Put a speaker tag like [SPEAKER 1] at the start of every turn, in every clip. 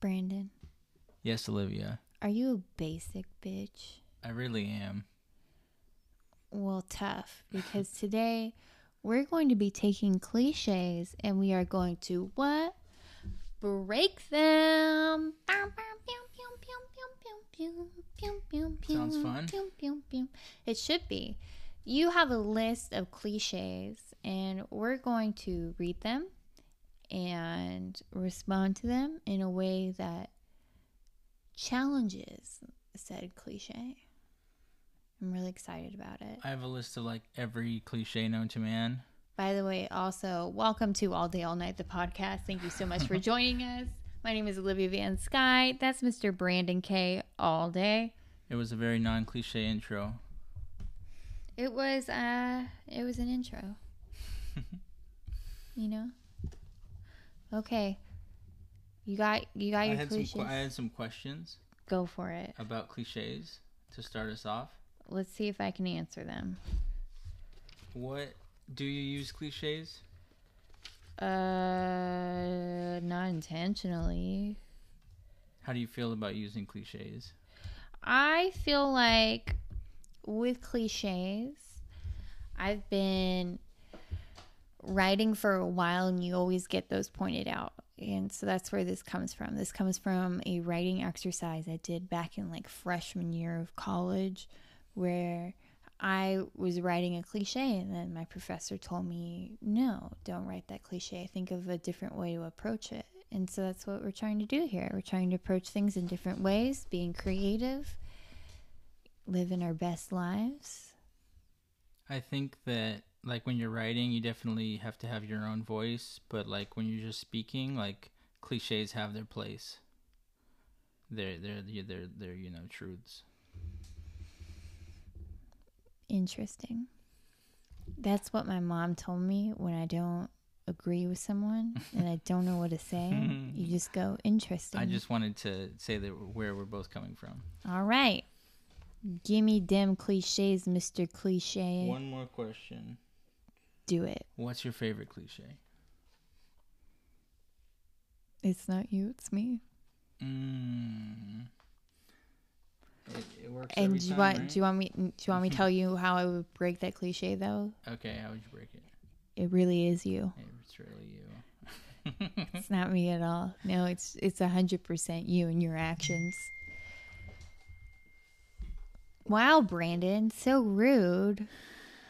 [SPEAKER 1] Brandon?
[SPEAKER 2] Yes, Olivia.
[SPEAKER 1] Are you a basic bitch?
[SPEAKER 2] I really am.
[SPEAKER 1] Well, tough, because today we're going to be taking cliches and we are going to what? Break them.
[SPEAKER 2] Sounds fun.
[SPEAKER 1] It should be. You have a list of cliches, and we're going to read them and respond to them in a way that challenges said cliche. I'm really excited about it.
[SPEAKER 2] I have a list of like every cliche known to man.
[SPEAKER 1] By the way, also, welcome to All Day All Night, the podcast. Thank you so much for joining us. My name is Olivia Van Sky. That's Mr. Brandon K. All Day.
[SPEAKER 2] It was a very non cliche intro.
[SPEAKER 1] It was uh it was an intro. you know? Okay. You got you got
[SPEAKER 2] I
[SPEAKER 1] your
[SPEAKER 2] had, some,
[SPEAKER 1] cliches.
[SPEAKER 2] que- I had some questions
[SPEAKER 1] Go for it.
[SPEAKER 2] about cliches to start us off.
[SPEAKER 1] Let's see if I can answer them.
[SPEAKER 2] What do you use cliches?
[SPEAKER 1] Uh not intentionally.
[SPEAKER 2] How do you feel about using cliches?
[SPEAKER 1] I feel like with cliches, I've been writing for a while and you always get those pointed out. And so that's where this comes from. This comes from a writing exercise I did back in like freshman year of college where I was writing a cliche and then my professor told me, "No, don't write that cliche. Think of a different way to approach it." And so that's what we're trying to do here. We're trying to approach things in different ways, being creative, living our best lives.
[SPEAKER 2] I think that like when you're writing, you definitely have to have your own voice, but like when you're just speaking, like cliches have their place. They're they're they're they're, they're you know truths.
[SPEAKER 1] Interesting. That's what my mom told me when I don't agree with someone and I don't know what to say. you just go interesting.
[SPEAKER 2] I just wanted to say that where we're both coming from.
[SPEAKER 1] All right. Give me them cliches, Mr. Cliche.
[SPEAKER 2] One more question.
[SPEAKER 1] Do it.
[SPEAKER 2] What's your favorite cliche?
[SPEAKER 1] It's not you, it's me.
[SPEAKER 2] Mm. It, it works every
[SPEAKER 1] And do you
[SPEAKER 2] time,
[SPEAKER 1] want
[SPEAKER 2] right?
[SPEAKER 1] do you want me do you want me to tell you how I would break that cliche though?
[SPEAKER 2] Okay, how would you break it?
[SPEAKER 1] It really is you.
[SPEAKER 2] It's really you.
[SPEAKER 1] It's not me at all. No, it's it's a hundred percent you and your actions. Wow, Brandon, so rude.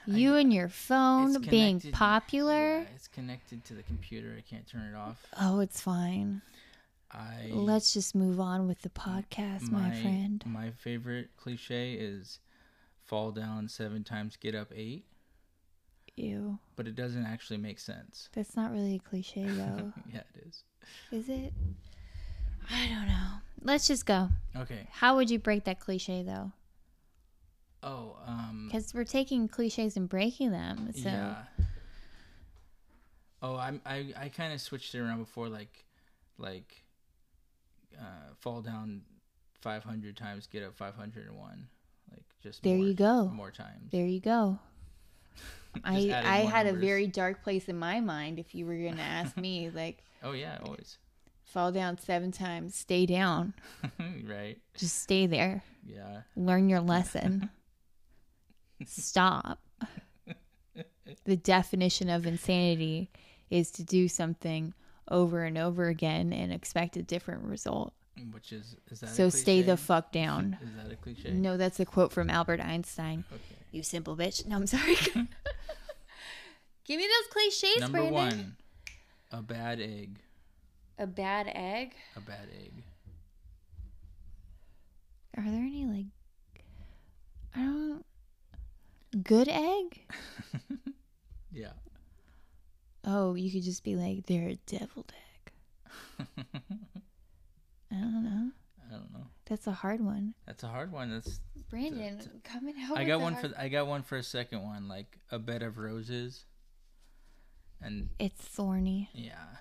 [SPEAKER 1] You and your phone
[SPEAKER 2] It's
[SPEAKER 1] being
[SPEAKER 2] connected-
[SPEAKER 1] popular.
[SPEAKER 2] Yeah, it's connected to the computer. I can't turn it off.
[SPEAKER 1] Oh, it's fine.
[SPEAKER 2] I
[SPEAKER 1] Let's just move on with the podcast, my, friend.
[SPEAKER 2] My favorite cliche is fall down seven times, get up eight,
[SPEAKER 1] Ew.
[SPEAKER 2] but it doesn't actually make sense.
[SPEAKER 1] That's not really a cliche though.
[SPEAKER 2] yeah, it is.
[SPEAKER 1] is it? I don't know. Let's just go.
[SPEAKER 2] Okay.
[SPEAKER 1] How would you break that cliche though?
[SPEAKER 2] Oh, um,
[SPEAKER 1] Because we're taking cliches and breaking them. So
[SPEAKER 2] yeah. Oh, I'm, I I kind of switched it around before, like, like, uh, fall down five hundred times, get up five hundred and one, like just
[SPEAKER 1] There
[SPEAKER 2] more-
[SPEAKER 1] you go.
[SPEAKER 2] more times.
[SPEAKER 1] There you go. I
[SPEAKER 2] Just added
[SPEAKER 1] I
[SPEAKER 2] more
[SPEAKER 1] had a
[SPEAKER 2] numbers.
[SPEAKER 1] very dark place in my mind if you were going to ask me like
[SPEAKER 2] Oh yeah, always.
[SPEAKER 1] fall down 7 times, stay down.
[SPEAKER 2] right.
[SPEAKER 1] Just stay there.
[SPEAKER 2] Yeah.
[SPEAKER 1] Learn your lesson. Stop. The definition of insanity is to do something over and over again and expect a different result.
[SPEAKER 2] Which is is that a
[SPEAKER 1] So stay the
[SPEAKER 2] cliche?
[SPEAKER 1] fuck down.
[SPEAKER 2] Is that a cliche?
[SPEAKER 1] No, that's a quote from Albert Einstein.
[SPEAKER 2] Okay.
[SPEAKER 1] You simple bitch. No, I'm sorry. Give me those cliches,
[SPEAKER 2] Number
[SPEAKER 1] Brandon.
[SPEAKER 2] one, a bad egg.
[SPEAKER 1] A bad egg.
[SPEAKER 2] A bad egg.
[SPEAKER 1] Are there any like I don't good egg?
[SPEAKER 2] Yeah.
[SPEAKER 1] Oh, you could just be like they're a deviled egg. I don't know.
[SPEAKER 2] I don't know.
[SPEAKER 1] That's a hard one.
[SPEAKER 2] That's a hard one. That's
[SPEAKER 1] Brandon, come and help.
[SPEAKER 2] I
[SPEAKER 1] with
[SPEAKER 2] got
[SPEAKER 1] the
[SPEAKER 2] one
[SPEAKER 1] hard-
[SPEAKER 2] for I got one for a second one, like a bed of roses. And
[SPEAKER 1] It's thorny.
[SPEAKER 2] yeah.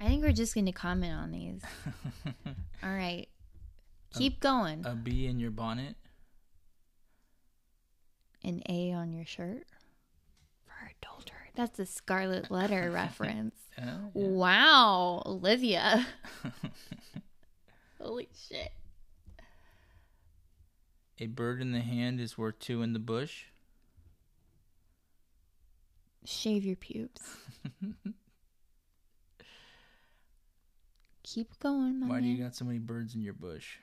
[SPEAKER 1] I think we're just going to comment on these. All right.
[SPEAKER 2] Um,
[SPEAKER 1] Keep going.
[SPEAKER 2] A bee in your bonnet.
[SPEAKER 1] An A on your shirt for adulthood. That's a Scarlet Letter reference.
[SPEAKER 2] Oh, yeah.
[SPEAKER 1] Wow, Olivia. Holy shit.
[SPEAKER 2] A bird in the hand is worth two in the bush.
[SPEAKER 1] Shave your pubes. Keep going, my
[SPEAKER 2] Why do you
[SPEAKER 1] man.
[SPEAKER 2] got so many birds in your bush?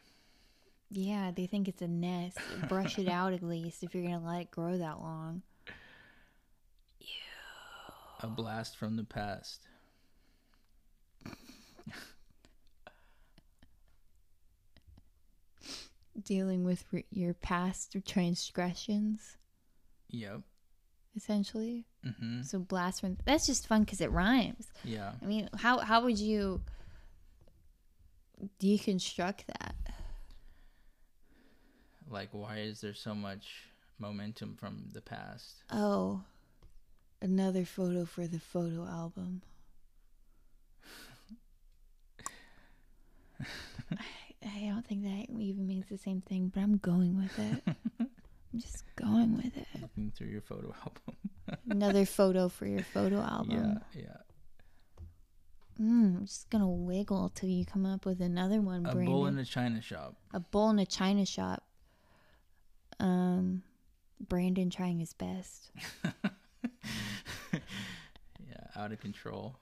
[SPEAKER 1] Yeah, they think it's a nest. Brush it out at least if you're going to let it grow that long.
[SPEAKER 2] A blast from the past.
[SPEAKER 1] Dealing with re- your past transgressions,
[SPEAKER 2] Yep.
[SPEAKER 1] essentially.
[SPEAKER 2] hmm
[SPEAKER 1] So blast from that's just fun because it rhymes.
[SPEAKER 2] Yeah.
[SPEAKER 1] I mean, how how would you deconstruct that?
[SPEAKER 2] Like, why is there so much momentum from the past?
[SPEAKER 1] Oh, another photo for the photo album. I, I don't think that even means the same thing, but I'm going with it. I'm just going with it.
[SPEAKER 2] Looking through your photo album.
[SPEAKER 1] Another photo for your photo album.
[SPEAKER 2] Yeah. Yeah.
[SPEAKER 1] Mm, I'm just gonna wiggle till you come up with another one.
[SPEAKER 2] A
[SPEAKER 1] Brandon.
[SPEAKER 2] bull in a china shop.
[SPEAKER 1] a bull in a china shop. Um, Brandon trying his best.
[SPEAKER 2] Yeah. Out of control.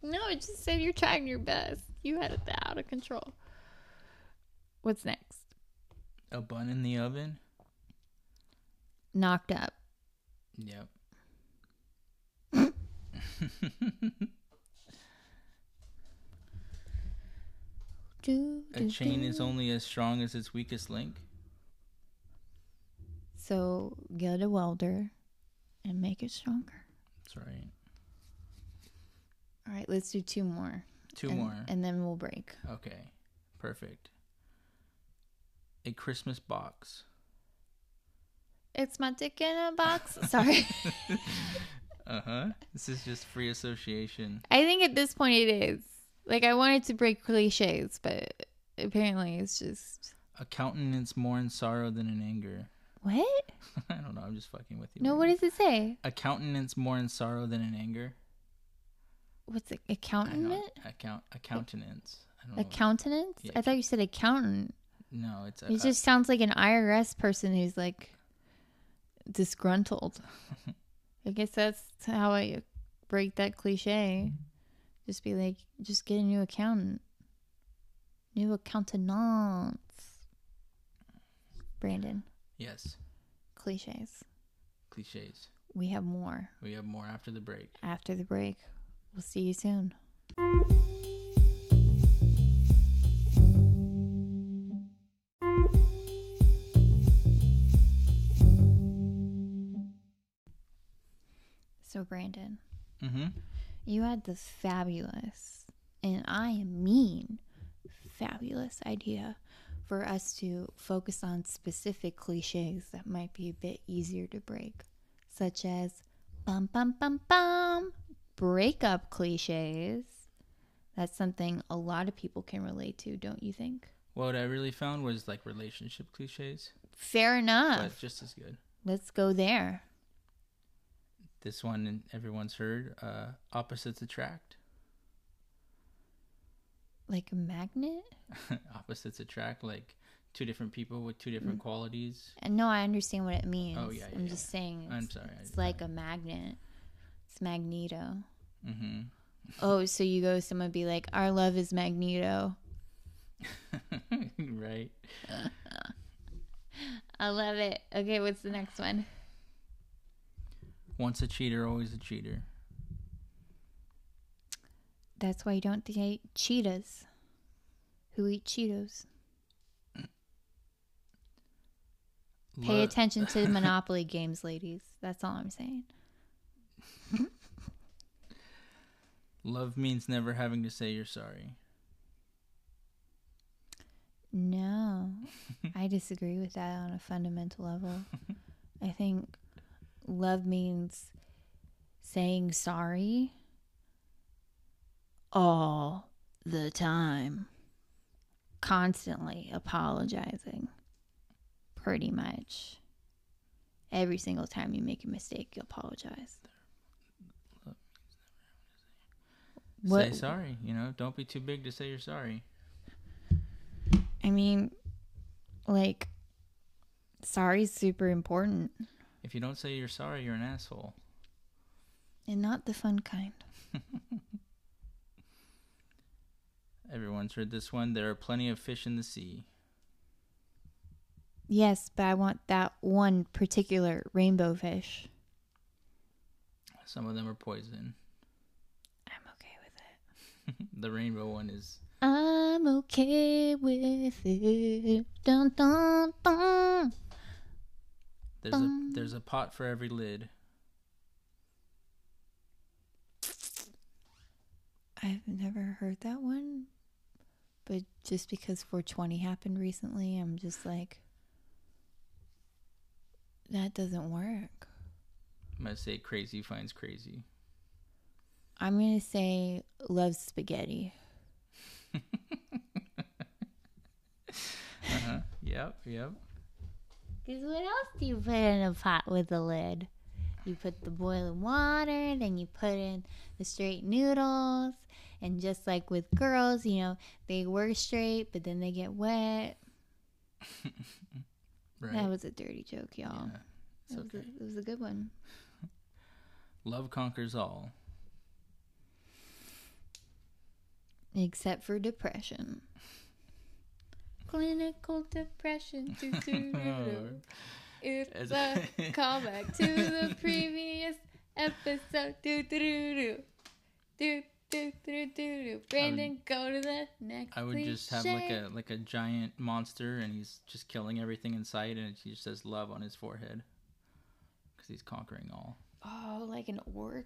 [SPEAKER 1] No, it just said you're trying your best. You had it out of control. What's next?
[SPEAKER 2] A bun in the oven.
[SPEAKER 1] Knocked up.
[SPEAKER 2] Yep.
[SPEAKER 1] Do,
[SPEAKER 2] A
[SPEAKER 1] do,
[SPEAKER 2] chain
[SPEAKER 1] do.
[SPEAKER 2] is only as strong as its weakest link.
[SPEAKER 1] So get a welder and make it stronger.
[SPEAKER 2] That's right.
[SPEAKER 1] All right, let's do two more.
[SPEAKER 2] Two
[SPEAKER 1] and,
[SPEAKER 2] more.
[SPEAKER 1] And then we'll break.
[SPEAKER 2] Okay. Perfect. A Christmas box.
[SPEAKER 1] It's my dick in a box. Sorry.
[SPEAKER 2] Uh huh. This is just free association.
[SPEAKER 1] I think at this point it is. Like, I wanted to break cliches, but apparently it's just.
[SPEAKER 2] A countenance more in sorrow than in anger.
[SPEAKER 1] What?
[SPEAKER 2] I don't know. I'm just fucking with you.
[SPEAKER 1] No,
[SPEAKER 2] right
[SPEAKER 1] what
[SPEAKER 2] now.
[SPEAKER 1] does it say?
[SPEAKER 2] a countenance more in sorrow than in anger?
[SPEAKER 1] What's it?
[SPEAKER 2] I don't-
[SPEAKER 1] Accountant?
[SPEAKER 2] A count. A countenance. I don't know.
[SPEAKER 1] A
[SPEAKER 2] what-
[SPEAKER 1] countenance?
[SPEAKER 2] Yeah,
[SPEAKER 1] I thought you said accountant.
[SPEAKER 2] no, it's a,
[SPEAKER 1] It just sounds like an IRS person who's like disgruntled. I guess that's how I break that cliche. Just be like, just get a new accountant. New accountants. Brandon,
[SPEAKER 2] yes.
[SPEAKER 1] cliches.
[SPEAKER 2] Cliches.
[SPEAKER 1] We have more
[SPEAKER 2] We have more after the break.
[SPEAKER 1] after the break. We'll see you soon. So, Brandon,
[SPEAKER 2] Mm-hmm.
[SPEAKER 1] you had the fabulous, and I mean fabulous idea for us to focus on specific cliches that might be a bit easier to break, such as bum bum bum bum breakup cliches. That's something a lot of people can relate to, don't you think?
[SPEAKER 2] What I really found was like relationship cliches,
[SPEAKER 1] Fair enough.
[SPEAKER 2] but just as good.
[SPEAKER 1] Let's go there.
[SPEAKER 2] This one everyone's heard. Uh, opposites attract.
[SPEAKER 1] Like a magnet?
[SPEAKER 2] opposites attract. Like two different people with two different
[SPEAKER 1] Mm-hmm.
[SPEAKER 2] qualities.
[SPEAKER 1] And no, I understand what it means.
[SPEAKER 2] Oh, yeah, yeah,
[SPEAKER 1] I'm
[SPEAKER 2] yeah.
[SPEAKER 1] just saying. it's-
[SPEAKER 2] I'm sorry.
[SPEAKER 1] It's like a magnet. It's Magneto.
[SPEAKER 2] mm-hmm.
[SPEAKER 1] Oh, so you go someone would be like, Our love is Magneto.
[SPEAKER 2] Mm-hmm. right.
[SPEAKER 1] I love it. Okay, what's the next one?
[SPEAKER 2] Once a cheater, always a cheater.
[SPEAKER 1] That's why you don't date cheetahs. Who eat Cheetos? Pay
[SPEAKER 2] Lo-
[SPEAKER 1] attention to the Monopoly games, ladies. That's all I'm saying.
[SPEAKER 2] Love means never having to say you're sorry.
[SPEAKER 1] No, I disagree with that on a fundamental level. I think love means saying sorry all the time, constantly apologizing, pretty much. every single time you make a mistake, you apologize.
[SPEAKER 2] Say sorry. You know, don't be too big to say you're sorry.
[SPEAKER 1] I mean, like, sorry's super important
[SPEAKER 2] If you don't say you're sorry, you're an asshole.
[SPEAKER 1] and not the fun kind.
[SPEAKER 2] Everyone's heard this one. There are plenty of fish in the sea.
[SPEAKER 1] Yes, but I want that one particular rainbow fish.
[SPEAKER 2] Some of them are poison.
[SPEAKER 1] I'm okay with it.
[SPEAKER 2] the rainbow one is
[SPEAKER 1] I'm okay with it. Dun, dun, dun.
[SPEAKER 2] there's a
[SPEAKER 1] Bum.
[SPEAKER 2] there's a pot for every lid.
[SPEAKER 1] I've never heard that one, but just because 420 happened recently, I'm just like, that doesn't work.
[SPEAKER 2] I'm gonna say crazy finds crazy.
[SPEAKER 1] I'm going to say love spaghetti.
[SPEAKER 2] Uh huh. yep. Yep.
[SPEAKER 1] Because what else do you put in a pot with a lid? You put the boiling water, then you put in the straight noodles. And just like with girls, you know, they were straight, but then they get wet.
[SPEAKER 2] Right.
[SPEAKER 1] That was a dirty joke, y'all.
[SPEAKER 2] Yeah, it's
[SPEAKER 1] That was
[SPEAKER 2] okay.
[SPEAKER 1] a, it was a good one.
[SPEAKER 2] Love conquers all.
[SPEAKER 1] Except for depression. Clinical depression. doo, doo, doo, doo. It's a callback to the previous episode. Doo, doo, doo, doo. Doo, doo, doo, doo, doo. Brandon, go to the next.
[SPEAKER 2] I would just have like
[SPEAKER 1] cliche.
[SPEAKER 2] a like a giant monster, and he's just killing everything in sight, and he just says love on his forehead because he's conquering all.
[SPEAKER 1] Oh, like an orc.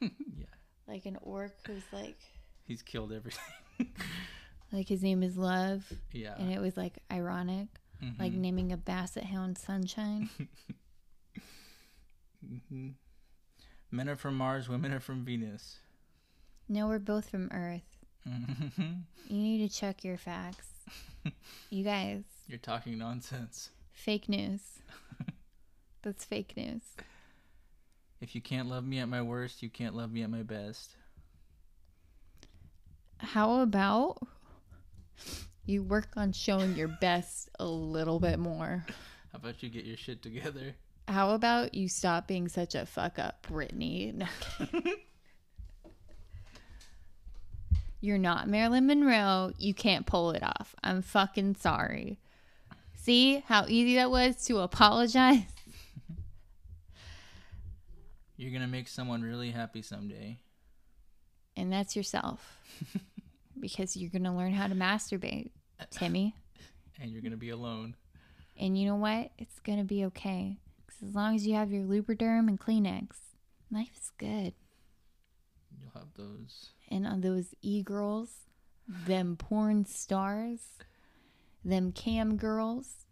[SPEAKER 2] yeah,
[SPEAKER 1] Like an orc who's like.
[SPEAKER 2] he's killed everything.
[SPEAKER 1] Like his name is Love.
[SPEAKER 2] yeah,
[SPEAKER 1] And it was like ironic. Like
[SPEAKER 2] mhm,
[SPEAKER 1] naming a basset hound Sunshine.
[SPEAKER 2] mhm. men are from Mars, women are from Venus.
[SPEAKER 1] no, we're both from Earth.
[SPEAKER 2] Mhm.
[SPEAKER 1] You need to check your facts. you guys,
[SPEAKER 2] You're talking nonsense.
[SPEAKER 1] fake news. That's fake news.
[SPEAKER 2] If you can't love me at my worst, you can't love me at my best.
[SPEAKER 1] How about you work on showing your best a little bit more?
[SPEAKER 2] How about you get your shit together?
[SPEAKER 1] How about you stop being such a fuck up, Brittany? No, I'm kidding. You're not Marilyn Monroe. You can't pull it off. I'm fucking sorry. See how easy that was to apologize?
[SPEAKER 2] You're gonna make someone really happy someday.
[SPEAKER 1] and that's yourself because you're going to learn how to masturbate, Timmy.
[SPEAKER 2] and you're gonna be alone.
[SPEAKER 1] And you know what? It's going to be okay. 'Cause as long as you have your Lubriderm and Kleenex, life is good.
[SPEAKER 2] You'll have those.
[SPEAKER 1] And on those e girls, them porn stars, them cam girls,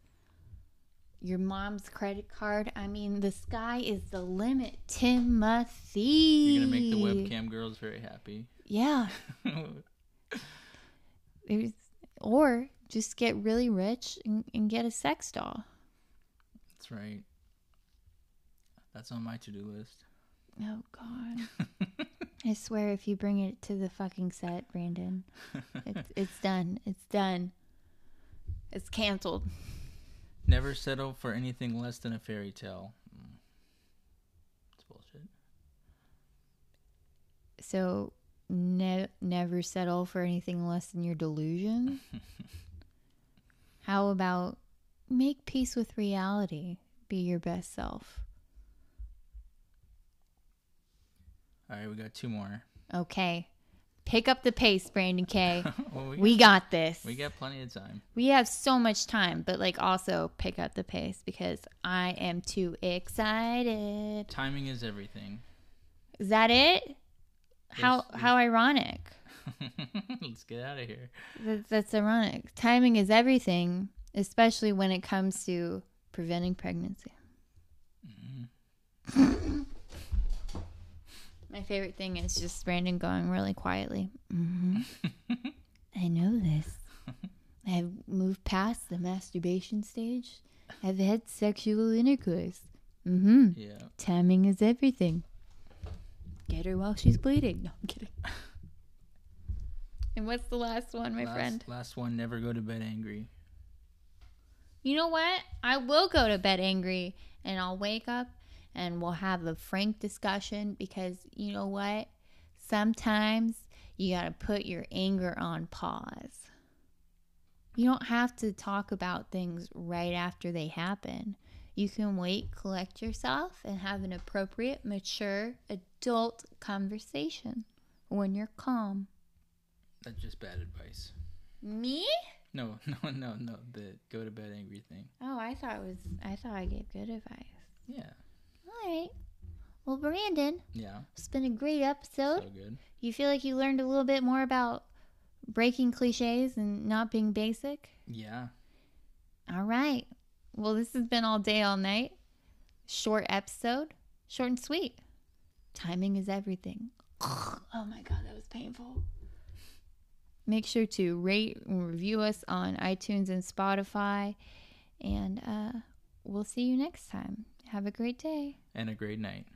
[SPEAKER 1] your mom's credit card. I mean, the sky is the limit, Timothy.
[SPEAKER 2] You're gonna make the webcam girls very happy.
[SPEAKER 1] Yeah. There's, or just get really rich and, and get a sex doll.
[SPEAKER 2] That's right. That's on my to-do list.
[SPEAKER 1] Oh God! I swear, if you bring it to the fucking set, Brandon, it's it's done. It's done. It's canceled.
[SPEAKER 2] Never settle for anything less than a fairy tale. Mm. It's bullshit.
[SPEAKER 1] So ne- never settle for anything less than your delusion. How about make peace with reality? Be your best self.
[SPEAKER 2] All right, we got two more.
[SPEAKER 1] Okay. Pick up the pace, Brandon K.
[SPEAKER 2] well, we,
[SPEAKER 1] We got this.
[SPEAKER 2] we got plenty of time.
[SPEAKER 1] We have so much time, but like also pick up the pace because I am too excited.
[SPEAKER 2] Timing is everything.
[SPEAKER 1] Is that it? How
[SPEAKER 2] Yes, yes.
[SPEAKER 1] how ironic.
[SPEAKER 2] Let's get out of here.
[SPEAKER 1] That, that's ironic. Timing is everything, especially when it comes to preventing pregnancy. My favorite thing is just Brandon going really quietly. hmm I know this. I've moved past the masturbation stage. I've had sexual intercourse. Mm-hmm.
[SPEAKER 2] Yeah.
[SPEAKER 1] Timing is everything. Get her while she's bleeding. No, I'm kidding. and what's the last one, my
[SPEAKER 2] last,
[SPEAKER 1] friend?
[SPEAKER 2] Last one, never go to bed angry.
[SPEAKER 1] You know what? I will go to bed angry and I'll wake up and we'll have a frank discussion because you know what? Sometimes you got to put your anger on pause. You don't have to talk about things right after they happen. You can wait, collect yourself, and have an appropriate, mature, adult conversation when you're calm.
[SPEAKER 2] That's just bad advice.
[SPEAKER 1] Me?
[SPEAKER 2] No, no, no, no. The go to bed angry thing.
[SPEAKER 1] Oh, I thought it was. I thought I gave good advice.
[SPEAKER 2] Yeah.
[SPEAKER 1] All right. Well, Brandon,
[SPEAKER 2] Yeah.
[SPEAKER 1] it's been a great
[SPEAKER 2] So
[SPEAKER 1] episode.
[SPEAKER 2] good.
[SPEAKER 1] You feel like you learned a little bit more about breaking cliches and not being basic?
[SPEAKER 2] Yeah.
[SPEAKER 1] All right. Well, this has been all day, all night. Short episode, short and sweet. Timing is everything. Oh my God, that was painful. Make sure to rate and review us on iTunes and Spotify. And uh, we'll see you next time. Have a great day.
[SPEAKER 2] And a great night.